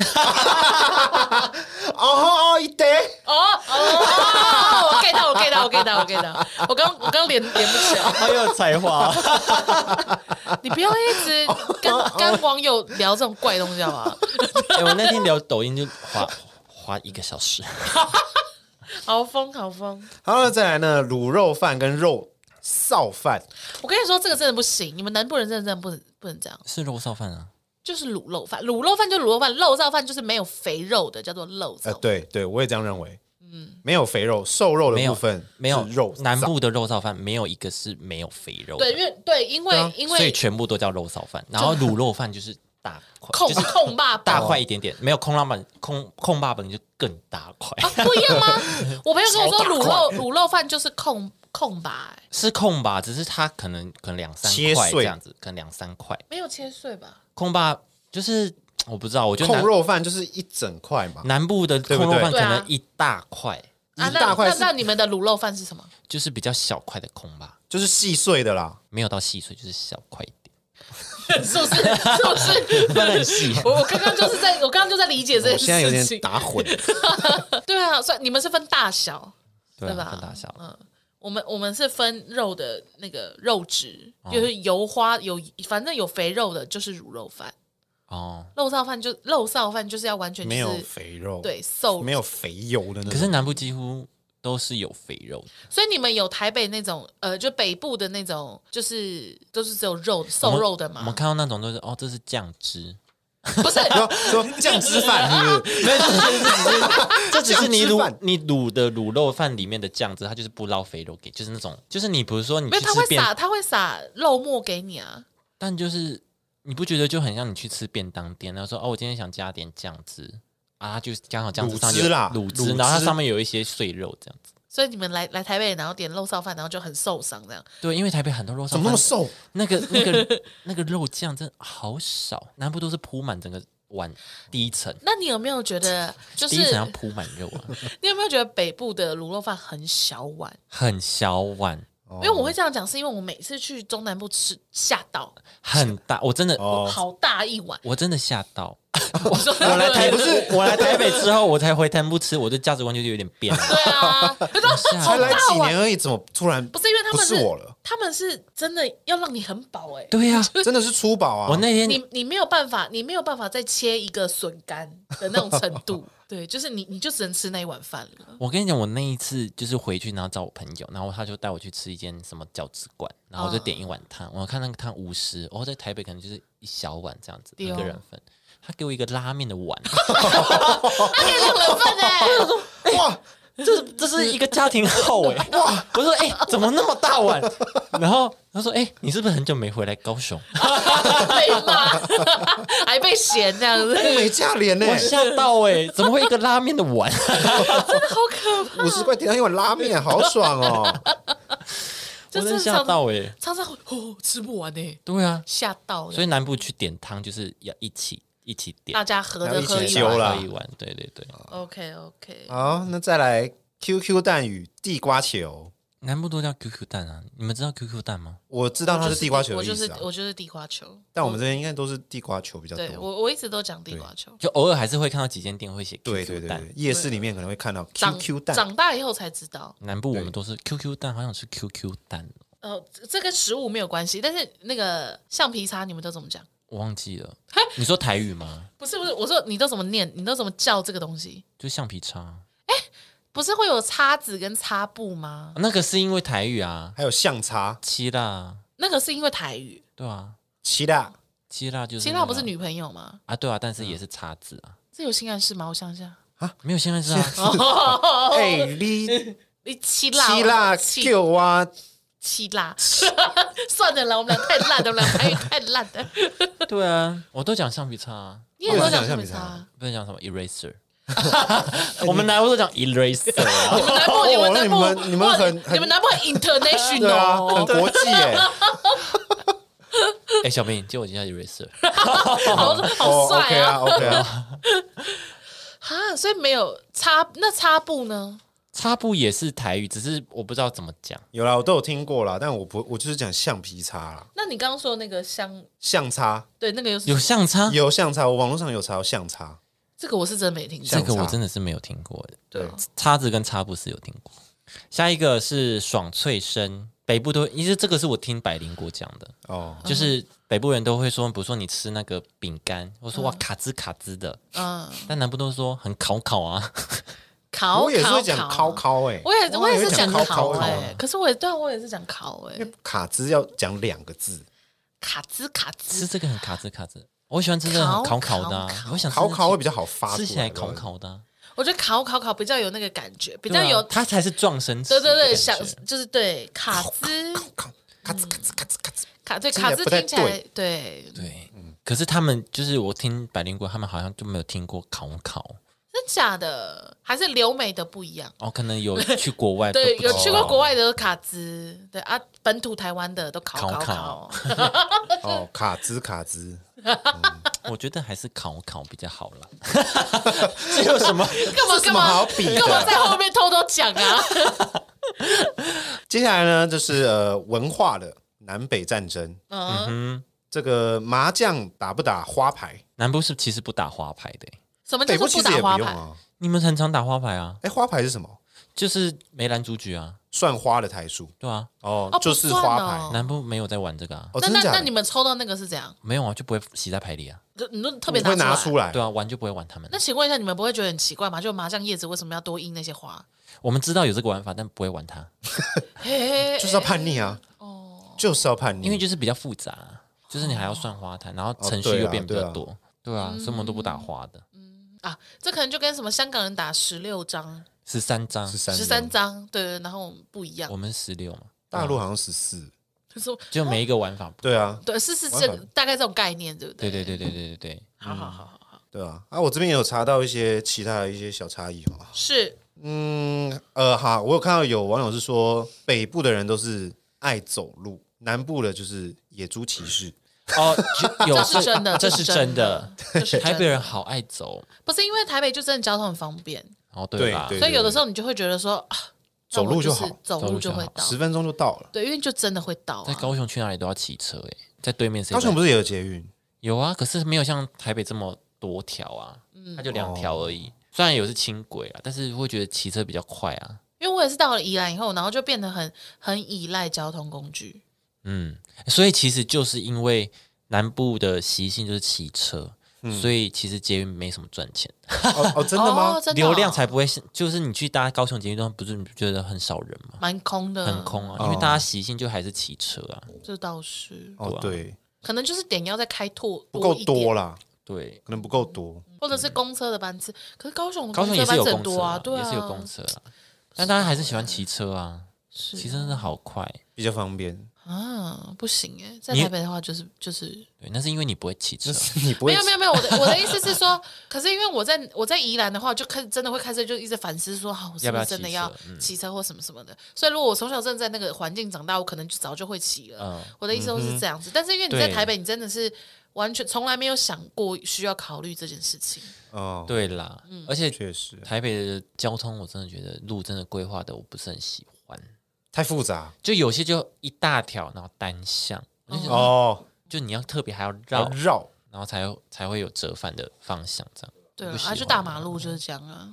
A: 哦吼哦一得，
C: 哦哦，我 get 到，我 get 到，我 get 到，我 get 到，我刚我刚连连不起来。
B: 好有才 华哦，
C: 你不要一直跟跟网友聊这种怪东西好不好？
B: 哎我那天聊抖音就花花一个小时，
C: 好疯好疯！
A: 好了，再来呢，卤肉饭跟肉臊饭，
C: 我跟你说，这个真的不行，你们南部人真的真的不能不能这样，
B: 是肉臊饭啊，
C: 就是卤肉饭，卤肉饭就卤肉饭，肉燥饭就是没有肥肉的，叫做肉燥。
A: 呃，对对，我也这样认为。嗯，没有肥肉，瘦肉的部
B: 没有
A: 分
B: 没有
A: 是肉
B: 南
A: 燥
B: 部的肉臊饭没有一个是没有肥肉的，
C: 对，因为对，因为、
A: 对啊
C: 因
B: 所以
C: 为
B: 全部都叫肉臊饭，然后卤肉饭就是大块，
C: 控
B: 就是
C: 控霸
B: 大
C: 榜
B: 块一点点，没有空浪板空空霸本就更大块，
C: 啊，不一样吗？我朋友跟我
B: 超
C: 说，
B: 大
C: 卤
B: 块
C: 肉卤肉饭就是控控吧、欸
B: 是空吧？只是它可能可能两三
A: 切
B: 块
A: 碎
B: 这样子，可能两三块
C: 没有切碎吧？
B: 空霸就是我不知道，我觉得
A: 控
B: 南
A: 肉饭就是一整块嘛，
B: 南部的
A: 对
B: 空
A: 不对
B: 肉饭可
C: 对啊
B: 能一大块，
C: 啊，
A: 一
C: 那
A: 大块
C: 那
A: 是
C: 那你们的卤肉饭 是什么？
B: 就是比较小块的空霸，
A: 就是细碎的啦。
B: 没有到细碎，就是小块一 点，
C: 是不是？是 不是？
B: 真的很细。
C: 我我刚刚就是在我刚刚就在理解这件
A: 我
C: 事情。
A: 现在有点打 混，
C: 对啊，所以你们是分大小，
B: 对啊
C: 吧？
B: 分大小
C: 嗯，我们我们是分肉的那个肉质，
A: 哦
C: 就是油花有，反正有肥肉的，就是卤肉饭。
B: 哦。
C: 肉臊饭就肉臊饭就是要完全
A: 没
C: 就
A: 有
C: 是
A: 肥肉，
C: 对，瘦，
A: 没有肥油的那
B: 可
A: 种。
B: 是南部几乎都是有肥肉的，
C: 所以你们有台北那种呃，就北部的那种，就是都是只有肉
B: 我
C: 瘦
B: 们
C: 肉的
B: 我们
C: 嘛？
B: 看到那种都是哦，这是酱 汁，
C: 不是，
A: 然后说酱汁饭是不 是？
B: 没有，这只是这只是你
A: 酱汁
B: 卤
A: 饭
B: 你卤的卤肉饭里面的酱汁，它就是不捞肥肉给，就是那种，就是你比如说你
C: 没
B: 去
C: 有，他
B: 吃
C: 会
B: 便，
C: 撒他会撒肉末给你啊。
B: 但就是你不觉得就很像你去吃便当店，然后说哦，我今天想加点酱汁啊，它就是刚好酱汁上
A: 卤
B: 有
A: 汁啦
B: 卤
A: 卤
B: 汁，
A: 汁
B: 然后它上面有一些碎肉这样子。
C: 所以你们来来台北，然后点肉臊饭，然后就很受伤这样。
B: 对，因为台北很多肉
A: 怎
B: 燥
A: 么那么
B: 饭，
A: 瘦？
B: 那个那个 那个肉酱真的好少，南部都是铺满整个碗第一层，
C: 那你有没有觉得，就
B: 第
C: 是
B: 一层要铺满肉啊，
C: 你有没有觉得北部的卤肉饭很小碗？
B: 很小碗。
A: 因
C: 因为我会这样讲，是因为我每次去中南部吃吓到，
B: 很大，我真的，
A: 哦
C: 好大一碗。
B: 我真的吓 到，
C: 我说
B: 我来台
C: 对
B: 不是我来台北之后，我才回南部吃，我的价值观就有点变 了。
C: 对啊，他说
A: 才
C: 好
A: 来
B: 啊
C: 大
A: 几
C: 碗，
A: 年而已，怎么突然
C: 不是因为他
A: 不
C: 们
A: 是我了？
C: 他们是真的要让你很饱哎、
B: 对呀、
A: 真的是出宝啊！
B: 我那天
C: 你你没有办法，你没有办法再切一个笋干的那种程 度，对，就是你你就只能吃那一碗饭了。
B: 我跟你讲，我那一次就是回去，然后找我朋友，然后他就带我去吃一间什么饺子馆，然
C: 哦
B: 后我就点一碗汤，我看那个汤五十，哦我在台北可能就是一小碗这样子，
C: 对
B: 一
C: 哦
B: 个人份。 他给我一个拉面的碗，
C: 那可以两人份哎、
A: 哇，
B: 这是这是一个家庭号哎、 哇！我说哎、怎么那么大碗？然后他说哎、你是不是很久没回来高雄？
C: 被 骂，还被嫌这样子，
A: 没价廉呢、
B: 我
C: 啊
B: 吓到哎、怎么会一个拉面的碗？
C: 好可怕，
A: 五十块点到一碗拉面，好爽哦！
B: 我
C: 就
B: 真的
C: 是
B: 吓到哎、
C: 常常哦吃不完呢，
B: 对啊，
C: 吓到
B: 所
C: 了，
B: 以南部去点汤就是要一起一起点
C: 大，家合
A: 要
C: 着
A: 一起
C: 啊喝一
A: 揪啊
C: 碗
A: 了
B: 一碗，对对对，
C: OK OK，
A: 好，那再来 QQ 蛋与地瓜球，
B: 南部都叫 QQ 蛋啊，你们知道 QQ 蛋吗？
A: 我知道它是地瓜球
C: 我
A: 的
C: 就
A: 意
C: 是
A: 思啊，
C: 我就是地瓜球，
A: 但我们这边应该都是地瓜球比较
C: 对
A: 多。
C: 我我一直都讲地瓜球，
B: 就偶尔还是会看到几间店会写
A: 对对
B: QQ
A: 对
B: 蛋
A: 对，，夜市里面可能会看到
C: 长
A: QQ 蛋，
C: 长大以后才知道，
B: 南部我们都是 QQ 蛋，好想吃 QQ 蛋，
C: 呃，这这跟食物没有关系，但是那个橡皮擦你们都怎么讲？
B: 我忘记了。你说台语吗？
C: 不是不是，我说你都怎么念，你都怎么叫这个东西？
B: 就橡皮擦，
C: 不是会有叉子跟擦布吗？
B: 那个是因为台语啊，
A: 还有象叉、
B: 七辣，
C: 那个是因为台语，
B: 对啊，
A: 奇辣、
B: 七辣就是
C: 其
B: 那个
C: 实她
B: 啊
C: 不是女朋友吗？
B: 啊，对啊，但
A: 嗯
B: 是也是叉子啊，
C: 这有性暗示吗？我想想，
B: 没有现在是
C: 哦
B: 啊，
A: 哎你
C: 你七辣
A: 七 辣
C: 七
A: Q 啊，
C: 七辣， 算了啦，我们俩太烂了，我们俩太太烂 了。
B: 对啊，我都讲橡皮擦啊，
C: 你也有
A: 我想
C: 讲
A: 橡
C: 橡
A: 皮
C: 皮
A: 擦
C: 擦？
B: 不能讲什么 eraser，我们南部都讲 eraser 啊。
C: 南部你
A: 哦
C: 们
A: 那
C: 南
A: 你
C: 部
A: 们你们
C: 哇
A: 很很
C: 你们南部 很
A: 对
C: international，
A: 啊，很国际 耶，
B: 哎，小明，借我一下 eraser，
C: 好
A: 哦
C: 好
A: ，OK
C: 帅
A: 啊
C: 啊！
A: ，OK 啊，
C: 哈，所以没有擦那擦布呢？
B: 擦布也是台语，只是我不知道怎么讲。
A: 有啦，我都有听过啦，但我不，我就是讲橡皮擦啦，
C: 那你刚刚说的那个香，
A: 象叉
C: 对，那个又是
B: 有相
C: 啊
B: 差，
A: 有象叉，我网络上有查到象叉，
C: 这个我是真没听
A: 像
B: 这
C: 过，
B: 个我
A: 叉
B: 真的是没有听过的。
C: 对啊
B: 叉子跟擦布是有听过。下一个是爽脆生，北部都，其实这个是我听百灵果讲的，
A: 哦，
B: 就是北部人都会说，比如说你吃那个饼干，我说哇
A: 嗯
B: 卡滋卡滋的，
C: 嗯，
B: 但南部都说很烤烤啊，
C: 烤
A: 我也是会讲
C: 烤
A: 烤，烤哎，
C: 我也我也是讲
A: 考
C: 烤
A: 考
C: 哎，可是我也对啊我也是讲烤哎
A: 因，为卡兹要讲两个字，
C: 卡兹卡
B: 吃
C: 兹，
B: 这个很卡滋卡滋，我喜欢吃这个很烤烤的、
C: 烤烤
B: 啊，我想吃
A: 烤烤会比较好发出
B: 吃起来
A: 对
B: 烤
A: 不对
B: 烤的啊、
C: 我觉得烤烤烤比较有那个感觉，比
B: 比
C: 较
A: 啊
C: 有
B: 它才是撞生词
C: 对
B: 的
C: 对
B: 感觉，
C: 对，想
A: 嗯
C: 就是对卡兹
A: 烤咔吱咔吱咔吱咔吱，
C: 卡对
A: 听起来
C: 卡兹
A: 不太
C: 听起来对，
B: 对，可是他们就是我听百灵果，他们好像就没有听过烤烤。
C: 真假的还是留美的不一样。
B: 哦，可能有去国外，
C: 对，
B: 都不知
C: 有
B: 道
C: 去过国外的都卡兹，对啊，本土台湾的都烤
B: 烤
C: 烤
B: 烤
C: 烤，嗯
A: 哦，卡兹卡兹，
B: 我觉得还是烤烤比较好了。这有什么？
C: 干嘛
A: 这什
C: 干
A: 么好
C: 嘛
A: 比的
C: 干嘛在后面偷偷讲啊？
A: 接下来呢，就是呃文化的南北战争，
C: 嗯，
B: 嗯，
A: 这个麻将打不打花牌，
B: 南部是其实不打花牌的欸，
C: 什么叫
A: 北部
C: 做
A: 其实
C: 打
A: 也不
C: 花
A: 用
C: 牌？
A: 啊。
B: 你们很常打花牌啊，
A: 哎，花牌是什么？
B: 就是梅兰竹菊啊，
A: 算花的台数
B: 对啊，
A: 哦
C: 哦，
A: 就
C: 不
A: 是
C: 算
A: 花
C: 哦
A: 牌。
B: 南部没有在玩这个啊，
A: 哦，
C: 那
A: 真的
C: 那
A: 假
C: 那
A: 的
C: 你？们抽到那个是怎样？
B: 没有啊，就不会洗在牌里啊，
C: 就你都特别
A: 你会拿
C: 拿
A: 出
C: 来。
A: 来
B: 对啊，玩就不会玩他们
C: 那。请问一下，你们不会觉得很奇怪吗？就麻将叶子为什么要多印那些花？
B: 我们知道有这个玩法，但不会玩它，
A: 嗯
C: 嘿
A: 就是要叛逆啊！哦，就是要叛逆，
B: 因为就是比较复杂啊，就是你还要算花坛，然后程序
A: 对
B: 又
A: 啊
B: 变比
A: 对
B: 较
A: 啊
B: 多，对
C: 嗯
B: 啊，所以我们都不打花的，
C: 啊，这可能就跟什么香港人打十六张、
B: 十三张，
A: 十三
C: 十三张，对对，然后我们不一样
A: 哦
B: 我。们十六嘛，
A: 大陆好像十四，
C: 就是
B: 就每一个玩法不，
A: 对啊，
C: 对，是是
A: 玩
C: 这
A: 法
C: 个大概这种概念，对不
B: 对
C: 对？
B: 对对对对对 对。
C: 好好好好好，
A: 对啊。啊，我这边有查到一些其他的一些小差异哦。
C: 是
A: 嗯，呃，好，我有看到有网友是说，北部的人都是爱走路，南部的就是野猪骑士。
B: 哦，就有
C: 这是真的，
B: 这
C: 是
B: 是真的。
C: 这是
B: 台
C: 真
B: 北
C: 的。
B: 人好爱走，
C: 不是因为台北就真的交通很方便，
B: 哦，对吧？
A: 对
C: 所以有的时候你就会觉得说，啊那
A: 走路
C: 我
A: 就是好
C: 走路就会到。
A: 十分钟就到了。
C: 对，因为就真的会到
B: 在
C: 啊。
B: 高雄去哪里都要骑车诶、在对面谁？
A: 高雄不是也有捷运？
B: 有啊，可是没有像台北这么多条啊，
C: 嗯
B: 它就两条而
A: 哦
B: 已。虽然有是轻轨啊，但是会觉得骑车比较快啊。
C: 因为我也是到了宜兰以后，然后就变得很很依赖交通工具。
B: 嗯，所以其实就是因为南部的习性就是骑车，
A: 嗯
B: 所以其实捷运没什么赚钱，
A: 哦哦，真的吗
C: 哦、？真的哦
B: 流量才不会是，就是你去搭高雄捷运站，不是你觉得很少人吗？
C: 蛮空的，
B: 很，空啊，因为大家习性就还是骑车啊。
C: 这倒是
A: 哦，对，
C: 可能就是点要再开拓
A: 不够
C: 一点
A: 多啦。
B: 对，
A: 可能不够多。
C: 或者是公车的班次。可是高雄的
B: 高雄也
C: 车
B: 是
C: 班
B: 有
C: 次
B: 公
C: 很
B: 车
C: 多啊，对啊，
B: 也是有公车啊，但大家还是喜欢骑车啊，骑车真的好快。
A: 比较方便。
C: 啊，不行哎，在
B: 你
C: 台北的话就是就是
B: 对，那是因为你不会骑车
A: 就，是 你不
C: 没
A: 会
C: 有没有没有，我的我的意思是说， 可是因为我在我在宜兰的话，就开始真的会开始就一直反思说，好，我是
B: 要不
C: 不
B: 要
C: 是真的
B: 骑
C: 要
B: 车嗯
C: 骑车或什么什么的？所以如果我从小真的在那个环境长大，我可能就早就会骑了。
B: 嗯
C: 我的意思都是这样子，但是因为你在
B: 对
C: 台北，你真的是完全从来没有想过需要考虑这件事情。
A: 哦，
B: 对啦，
C: 嗯
B: 而且
A: 确实
B: 台北的交通，我真的觉得路真的规划的我不是很喜欢，
A: 太复杂
B: 就有些就一大条，然后单向，我就觉得
A: 哦，
B: 就你要特别还要
A: 要
B: 绕，
A: 绕
B: 然后才才会有折返的方向这样。
C: 对
B: 我
C: 啊
B: 不喜，
C: 啊
B: 欢
C: 就大马路就是这样啊。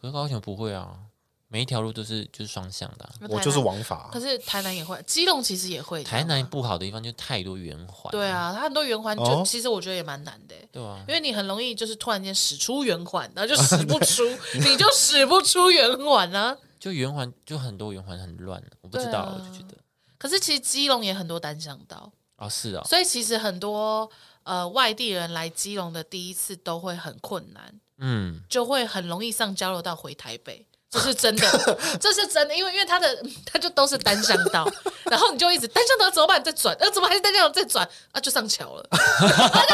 B: 可是高雄不会啊，每一条路都是就是双向的啊、
C: 那台
A: 我
C: 南
A: 就是，王法
C: 可，是台南也会，基隆其实也会。
B: 台
C: 你知道
B: 南
C: 吗
B: 不好的地方就太多圆环，
C: 对啊，它很多圆环就、
A: 哦
C: 其实我觉得也蛮难的欸、
B: 对啊，
C: 因为你很容易就是突然间使出圆环，然后就使不出，你就使不出圆环啊。
B: 就圆环就很多圆环很乱，我不知道，
C: 对啊
B: 我就觉得
C: 可是其实基隆也很多单向道，
B: 哦是哦，
C: 所以其实很多呃外地人来基隆的第一次都会很困难，
B: 嗯，
C: 就会很容易上交流道回台北。这是真的，这是真的，因为因为它的它就都是单向道，然后你就一直单向道怎么办？再转，呃，怎么还是单向道再转啊？就上桥了， 啊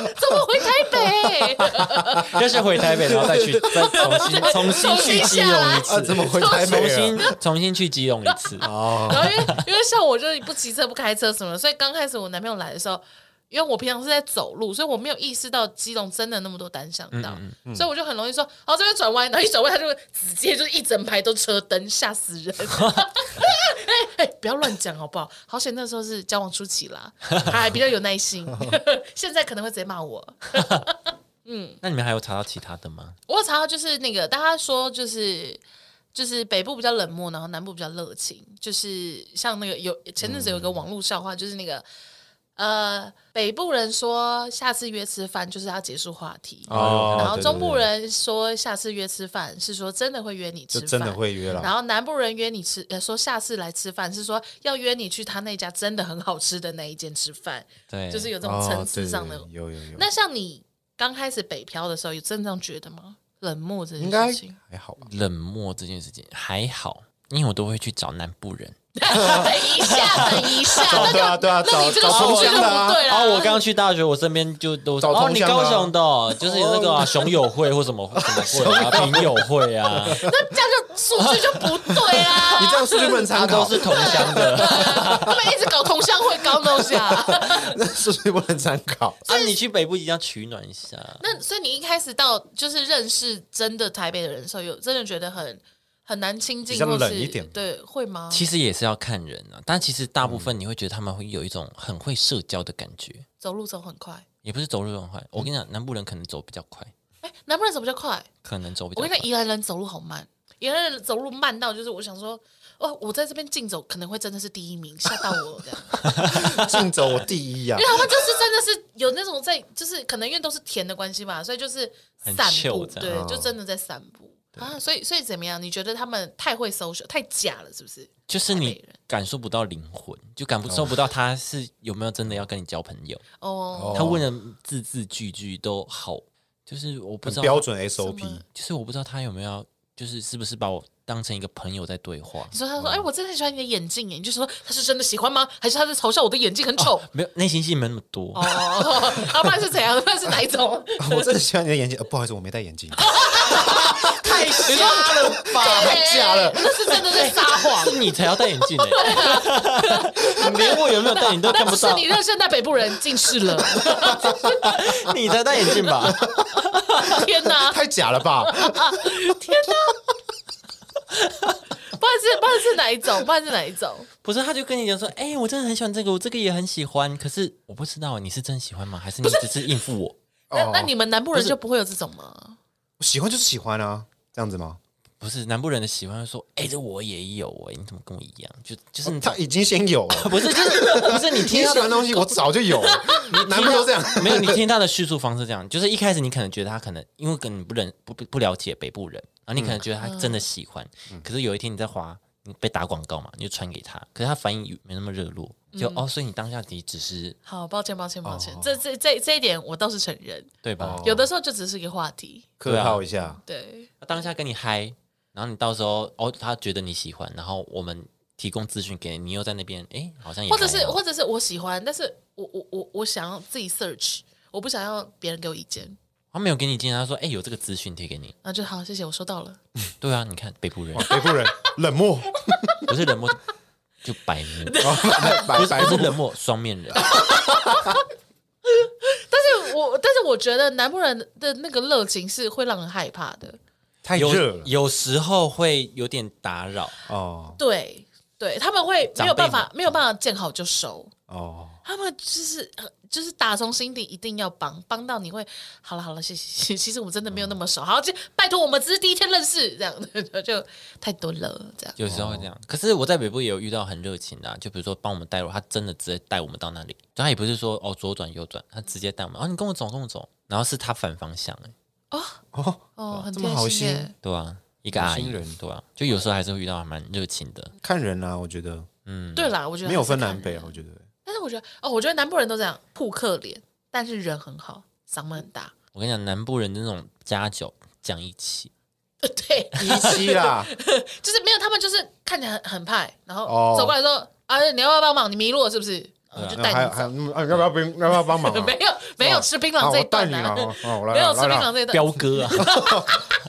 C: 怎么回台北？
B: 就是回台北，然后再去再重新重新去基隆一
A: 啊，
B: 次，
A: 怎么回台
B: 重
A: 北啊？
B: 新重新去基隆一次，
A: 哦，
C: 然后因为因为像我就是不骑车不开车什么的，所以刚开始我男朋友来的时候，因为我平常是在走路，所以我没有意识到基隆真的那么多单向道，所以我就很容易说，哦这边转弯，然后一转弯他就会直接就是一整排都车灯，吓死人！ 哎、不要乱讲好不好？好险那时候是交往初期啦，还比较有耐心， 现在可能会直接骂我。
B: 那你们还有查到其他的吗？
C: 我有查到就是那个大家说就是就是北部比较冷漠，然后南部比较热情，就是像那个有前阵子有一个
A: 嗯
C: 网络笑话，就是那个呃北部人说下次约吃饭就是要结束话题，
A: 哦
C: 然后
A: 对对
C: 中部
A: 对
C: 人说下次约吃饭是说真的会约你
A: 就
C: 吃饭，
A: 真的会约了
C: 然后南部人约你吃，呃，说下次来吃饭是说要约你去他那家真的很好吃的那一间吃饭，
B: 对，
C: 就是有这种
A: 哦，
C: 层次上的
A: 对对对有有有，
C: 那像你刚开始北漂的时候，有真正觉得吗？冷漠这
A: 应
C: 件
A: 该
C: 事 情，
A: 还好吧？
B: 冷漠这件事情还好，因为我都会去找南部人。
C: 等一 下，等一下，那
A: 对啊
C: 就
A: 对啊，
C: 那
A: 找
C: 你这个
A: 找
C: 数
A: 同
C: 学就
A: 乡
C: 不
A: 的啊，
C: 对啦。
B: 哦，我刚刚去大学，我身边就都
A: 找
B: 哦，
A: 同
B: 你
A: 乡的啊
B: 高雄的哦，就是有那个啊熊友会或 什么什么会啊，朋友会啊，
C: 那这样就数据就不对啦。
A: 你这样数据不能
B: 他
A: 参
B: 都
A: 考，
B: 是同 乡的。
C: 他们一直搞同乡会，搞东西啊。
A: 那数据不能参考。
B: 啊，你去北部一定要取暖一下。
C: 那所以你一开始到就是认识真的台北的人的时候，有真的觉得很很难亲近，
A: 比较
C: 或
A: 冷
C: 是
A: 一点
C: 对，会吗？
B: 其实也是要看人啊，但其实大部分你会觉得他们会有一种很会社交的感觉，
C: 走路走很快，
B: 也不是走路很快。我跟
C: 嗯
B: 你讲，南部人可能走比较快，
C: 哎，南部人走比较快。
B: 可能走比
C: 我
B: 较
C: 跟
B: 快
C: 你。讲，宜兰人走路好慢，宜兰人走路慢到就是我想说，哦，我在这边竞走可能会真的是第一名，吓到我这样。
A: 竞走我第一呀
C: 因为，他们就是真的是有那种在，就是可能因为都是田的关系吧，所以就是
B: 很
C: 散
B: chill
C: 步，
B: 这
C: 对
B: 样，
C: 就真的在散步啊。所以所以怎么样？你觉得他们太会 social，太假了，是不是？
B: 就是
C: 台北
B: 你
C: 人
B: 感受不到灵魂，就
A: 哦
B: 感受不到他是有没有真的要跟你交朋友。
C: 哦，
A: 哦
B: 他问的字字句句都好，就是我不
A: 很
B: 知道
A: 标准
C: 什么
A: SOP，
B: 就是我不知道他有没有要，就是是不是把我当成一个朋友在对话
C: 你。说他说，哎，我真的很喜欢你的眼镜耶，你就说他是真的喜欢吗？还是他在嘲笑我的眼镜很丑？
B: 没有内心戏没那么多，
C: 哦， 啊，不然是怎样？不然是哪一种？
A: 我真的喜欢你的眼睛，呃不好意思，我没戴眼镜，
C: 啊太瞎了吧
A: 太瞎了
C: 哎那是真的在撒谎。
B: 哎是你才要戴眼镜哎、 你连我有没有戴你都看
C: 那
B: 不
C: 只是
B: 到
C: 你，认识那北部人近视 了，
B: 你才戴眼镜吧？
C: 天哪！
A: 太假了吧？
C: 不然是不然是哪一种？不然是哪一种？
B: 不是，他就跟你讲说，哎、我真的很喜欢这个，我这个也很喜欢，可是我不知道你是真喜欢吗？还是你只是应付我？
C: 那那你们南部人就不会有这种吗？
A: 喜欢就是喜欢啊，这样子吗？
B: 不是南部人的喜欢，说，哎、这我也有哎、你怎么跟我一样？就就是你、
A: 他已经先有 了，
B: 不是 就是不是你
A: 你
B: 听
A: 喜
B: 到
A: 欢的东西我早就有了，南部 都这样。
B: 没有，你听他的叙述方式这样，就是一开始你可能觉得他可能因为可能不认不不不了解北部人，然后你可能觉得他真的嗯喜欢，可是有一天你在滑，你被打广告嘛，你就传给他，可是他反应没那么热络，就哦，所以你当下你只是
C: 好，抱歉，抱歉，抱
B: 哦
C: 歉，这这这这一点我倒是承认，
B: 对吧？
C: 有的时候就只是一个话题，
A: 客套一下，
C: 对，
B: 他当下跟你嗨，然后你到时候哦，他觉得你喜欢，然后我们提供资讯给你，你又在那边哎，好像也
C: 或者
B: 还
C: 是
B: 好
C: 或者是我喜欢，但是我我我我想要自己 search，我不想要别人给我意见，
B: 他没有给你建议，他说哎，有这个资讯贴给你。
C: 那就好，谢谢，我收到了。
B: 对啊，你看北部 人
A: 哦北部人冷漠，
B: 不是冷漠就就白 目，
A: 白
B: 不是
A: 白
B: 不
A: 目
B: 是冷漠，双面人。
C: 但是我但是我觉得南部人的那个热情是会让人害怕的，
A: 太热
B: 有
A: 了
B: 有时候会有点打扰，
A: 哦
C: 对对，他们会没有
B: 长辈
C: 办法没有办法见好就收，
A: 哦，
C: 他们就是呃就是打从心底一定要帮，帮到你会好了好了，谢谢谢谢。其实我们真的没有那么熟，好，就拜托我们只是第一天认识，这样就就太多了，这样
B: 有时候会这
A: 哦
B: 样。可是我在北部也有遇到很热情的、啊，就比如说帮我们带路，他真的直接带我们到那里，他也不是说哦左转右转，他直接带我们，哦你跟我走跟我走，然后是他反方向、欸，
C: 哦，很
A: 这
C: 贴
A: 么好
C: 心
A: 心
C: 耶。
B: 对啊，一个阿
A: 有
B: 姨
A: 心人，
B: 对啊，就有时候还是会遇到还蛮热情的，嗯
A: 看人啊，我觉得
C: 对啦，我觉得
A: 没有
C: 还是
A: 分
C: 看
A: 南北
C: 人
A: 啊，我觉得
C: 但是我觉得哦，我觉得南部人都这样扑克脸，但是人很好，嗓门很大，
B: 我跟你讲，南部人的那种家酒讲义气，
C: 呃对，
A: 一期 啦，
C: 就是没有他们就是看起来很很派，然后
A: 哦
C: 走过来说啊，你要不要帮忙？你迷路了是不是？我
A: 然
C: 就
A: 后
C: 带
A: 还有
C: 你
A: 还有嗯啊
C: 走。
A: 要不要帮要不要帮忙啊？
C: 没有 没有
A: 哦
C: 吃槟
A: 啊
C: 榔这
A: 我
C: 一
A: 带
C: 段
A: 你
C: 的
A: 了，哦哦 我来
C: 没有
A: 了
C: 吃
A: 来
C: 槟
A: 了
C: 榔，这一段，
B: 彪 哥啊，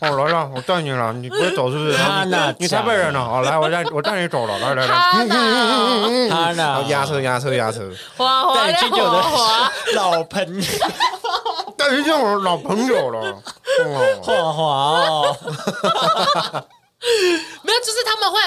A: 哦来了，我带你了，你不会走是 不是？
B: 哈
A: 啊
B: 娜
A: 你你
B: 讲
A: 台北人了，哦来我带我带你走了，来来嗯来，
C: 他呢？
B: 他
A: 然
B: 呢
A: 后压车压车压车，
C: 滑滑
B: 带
C: 呀
B: 进去我
C: 滑滑，
B: 的 老朋友
A: 但是这种老朋友了，哦
B: 华华哦，
C: 没有，就是他们会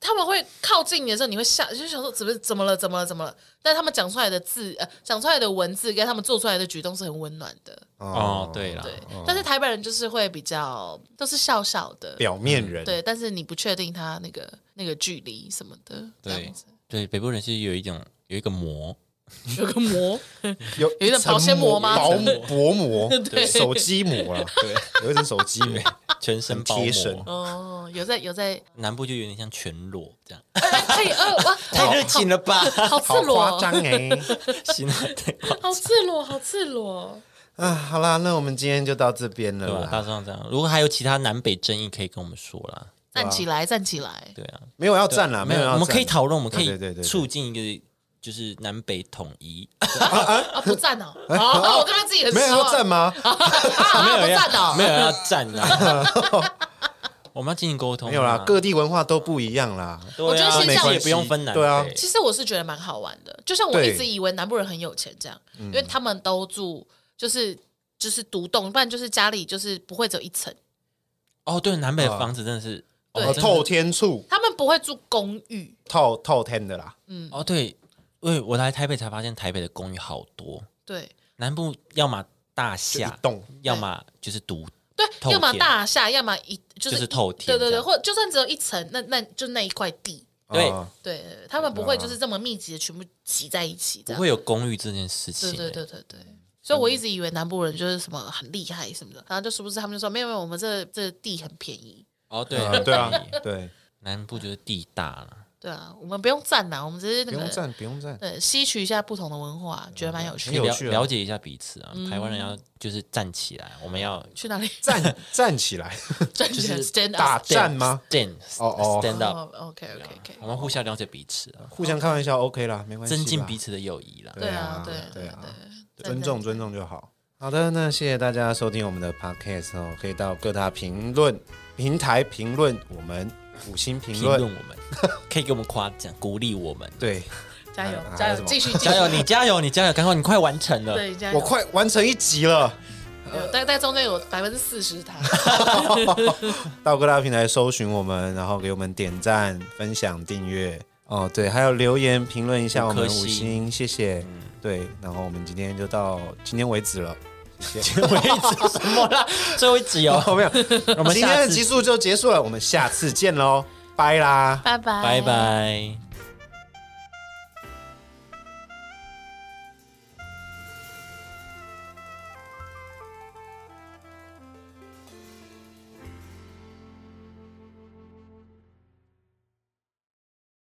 C: 他们会靠近你的时候，你会吓，就想说怎么怎么了，怎么了，怎么了？但他们讲出来的字，呃，讲出来的文字跟他们做出来的举动是很温暖的，
B: 哦对了
C: 对。但是台北人就是会比较都是笑笑的，
A: 表面人，
C: 对，但是你不确定他那个那个距离什么的，这
B: 对
C: 样子
B: 对，北部人是有一种有一个魔，
C: 有 个膜，
A: 有
C: 有一种保鲜膜吗
A: 薄 薄膜，
C: 对
A: 手机膜了，对，有一种手机 膜，
B: 全身包
A: 贴 身
B: 膜，
C: 哦，有在有在，
B: 南部就有点像全裸这样，
C: 哎哎哎哇，
B: 太热情了 吧？
A: 好
C: 好赤
A: 夸
C: 裸，
A: 张哎！
B: 行啊，对吧？
C: 好赤裸，好赤裸。
A: 啊，好啦，那我们今天就到这边
B: 对啊
A: 了
B: 吧？
A: 啦。
B: 大致上这样。如果还有其他南北争议，可以跟我们说啦。
A: 啊
C: 站起来，站起来！
B: 对啊，
A: 没有要站啦，没有要站，
B: 我们可以讨论，我们可
A: 对对对
B: 以
A: 对对
B: 促进一个就是南北统一。
C: 啊，不 站哦！啊，我刚刚自己很
A: 没有
C: 失
A: 要
C: 望
A: 站吗？
C: 啊，
B: 没
C: 不
B: 有
C: 站
B: 要，
C: 哦
B: 没，有要站啊。 我们要进行沟通啊。
A: 没有啦，各地文化都不一样啦。
B: 对啊
C: 我觉得先这
B: 每
C: 样
B: 个也不用分南北。
A: 对啊
C: 其实我是觉得蛮好玩的，就像我
A: 对
C: 一直以为南部人很有钱这样，因为他们都住就是就是独栋，不然就是家里就是不会只有一层，
B: 哦，对，南北的房子真的是哦
A: 呃
B: 真的
A: 透天处，
C: 他们不会住公寓。
A: 透透天的啦，
B: 哦，对，对我来台北才发现台北的公寓好多，
C: 对
B: 南部要么大
A: 就一
B: 厦，
A: 栋。
B: 要么就是独透
C: 对，
B: 天
C: 要么大厦，要么一
B: 就
C: 就
B: 是是
C: 一
B: 透天
C: 对对
B: 这
C: 对，
B: 样
C: 或就算只有一层，那那就那一块地。
B: 对
A: 啊
C: 对，对对他们不会就是这么密集的全部挤在一起，这
B: 不
C: 样
B: 会有公寓这件事情
C: 对
B: 欸。
C: 对对对对。所以我一直以为南部人就是什么很厉害什么
B: 嗯
C: 的，然后就殊不知他们就说没有没有，我们这这地很便宜，
B: 哦，对
A: 啊对啊，对，
B: 南部就是地大了，
C: 对啊，我们不用站呐，我们只是那
A: 不用
C: 个
A: 站，不用站，
C: 呃吸取一下不同的文化，觉得蛮有趣
A: 很
C: 的。
A: 有
B: 了
A: 趣啊
B: 了解一下彼此啊。
C: 嗯
B: 台湾人要就是站起来，我们要
C: 去 哪里
A: 站站起来，
C: 站起来
B: 就是
C: stand
A: 大
C: up？
A: 啊站吗？
B: ？Stand
A: 哦哦
B: stand up，
C: 哦，OK OK OK，
B: 我们互相了解彼此啊，
A: 互相开玩笑，OK 啦，没关系啦，
B: 增进彼此的友谊啦。
A: 对啊
C: 啊对
A: 对啊
C: 啊，对
A: 尊重尊重就好。好的，那谢谢大家收听我们的 podcast 哦，可以到各大评论平台评论我们五星评
B: 评论
A: 论，
B: 我们，可以给我们夸奖、鼓励我 们。
A: 对
C: 加油
A: 还有
C: 加
A: 什
C: 油，
A: 么
C: 继续继续
B: 加油，你加油，你加油，赶快，你快完成了。
C: 对加油，
A: 我快完成一集了，
C: 有大概中间有百分之四十他。
A: 到各大平台搜寻我们，然后给我们点赞、分享、订阅哦，对，还有留言评论一下
B: 五
A: 我们
B: 颗
A: 五
B: 星
A: 星，谢谢。
B: 嗯
A: 对，然后我们今天就到今天为止了，谢谢。
B: 为止什么啦？最后一集哦，
A: 没有，
B: 我们
A: 今天
B: 下
A: 的集
B: 次
A: 数就结束了，我们下次见喽，拜啦。
C: 拜拜，
B: 拜。拜。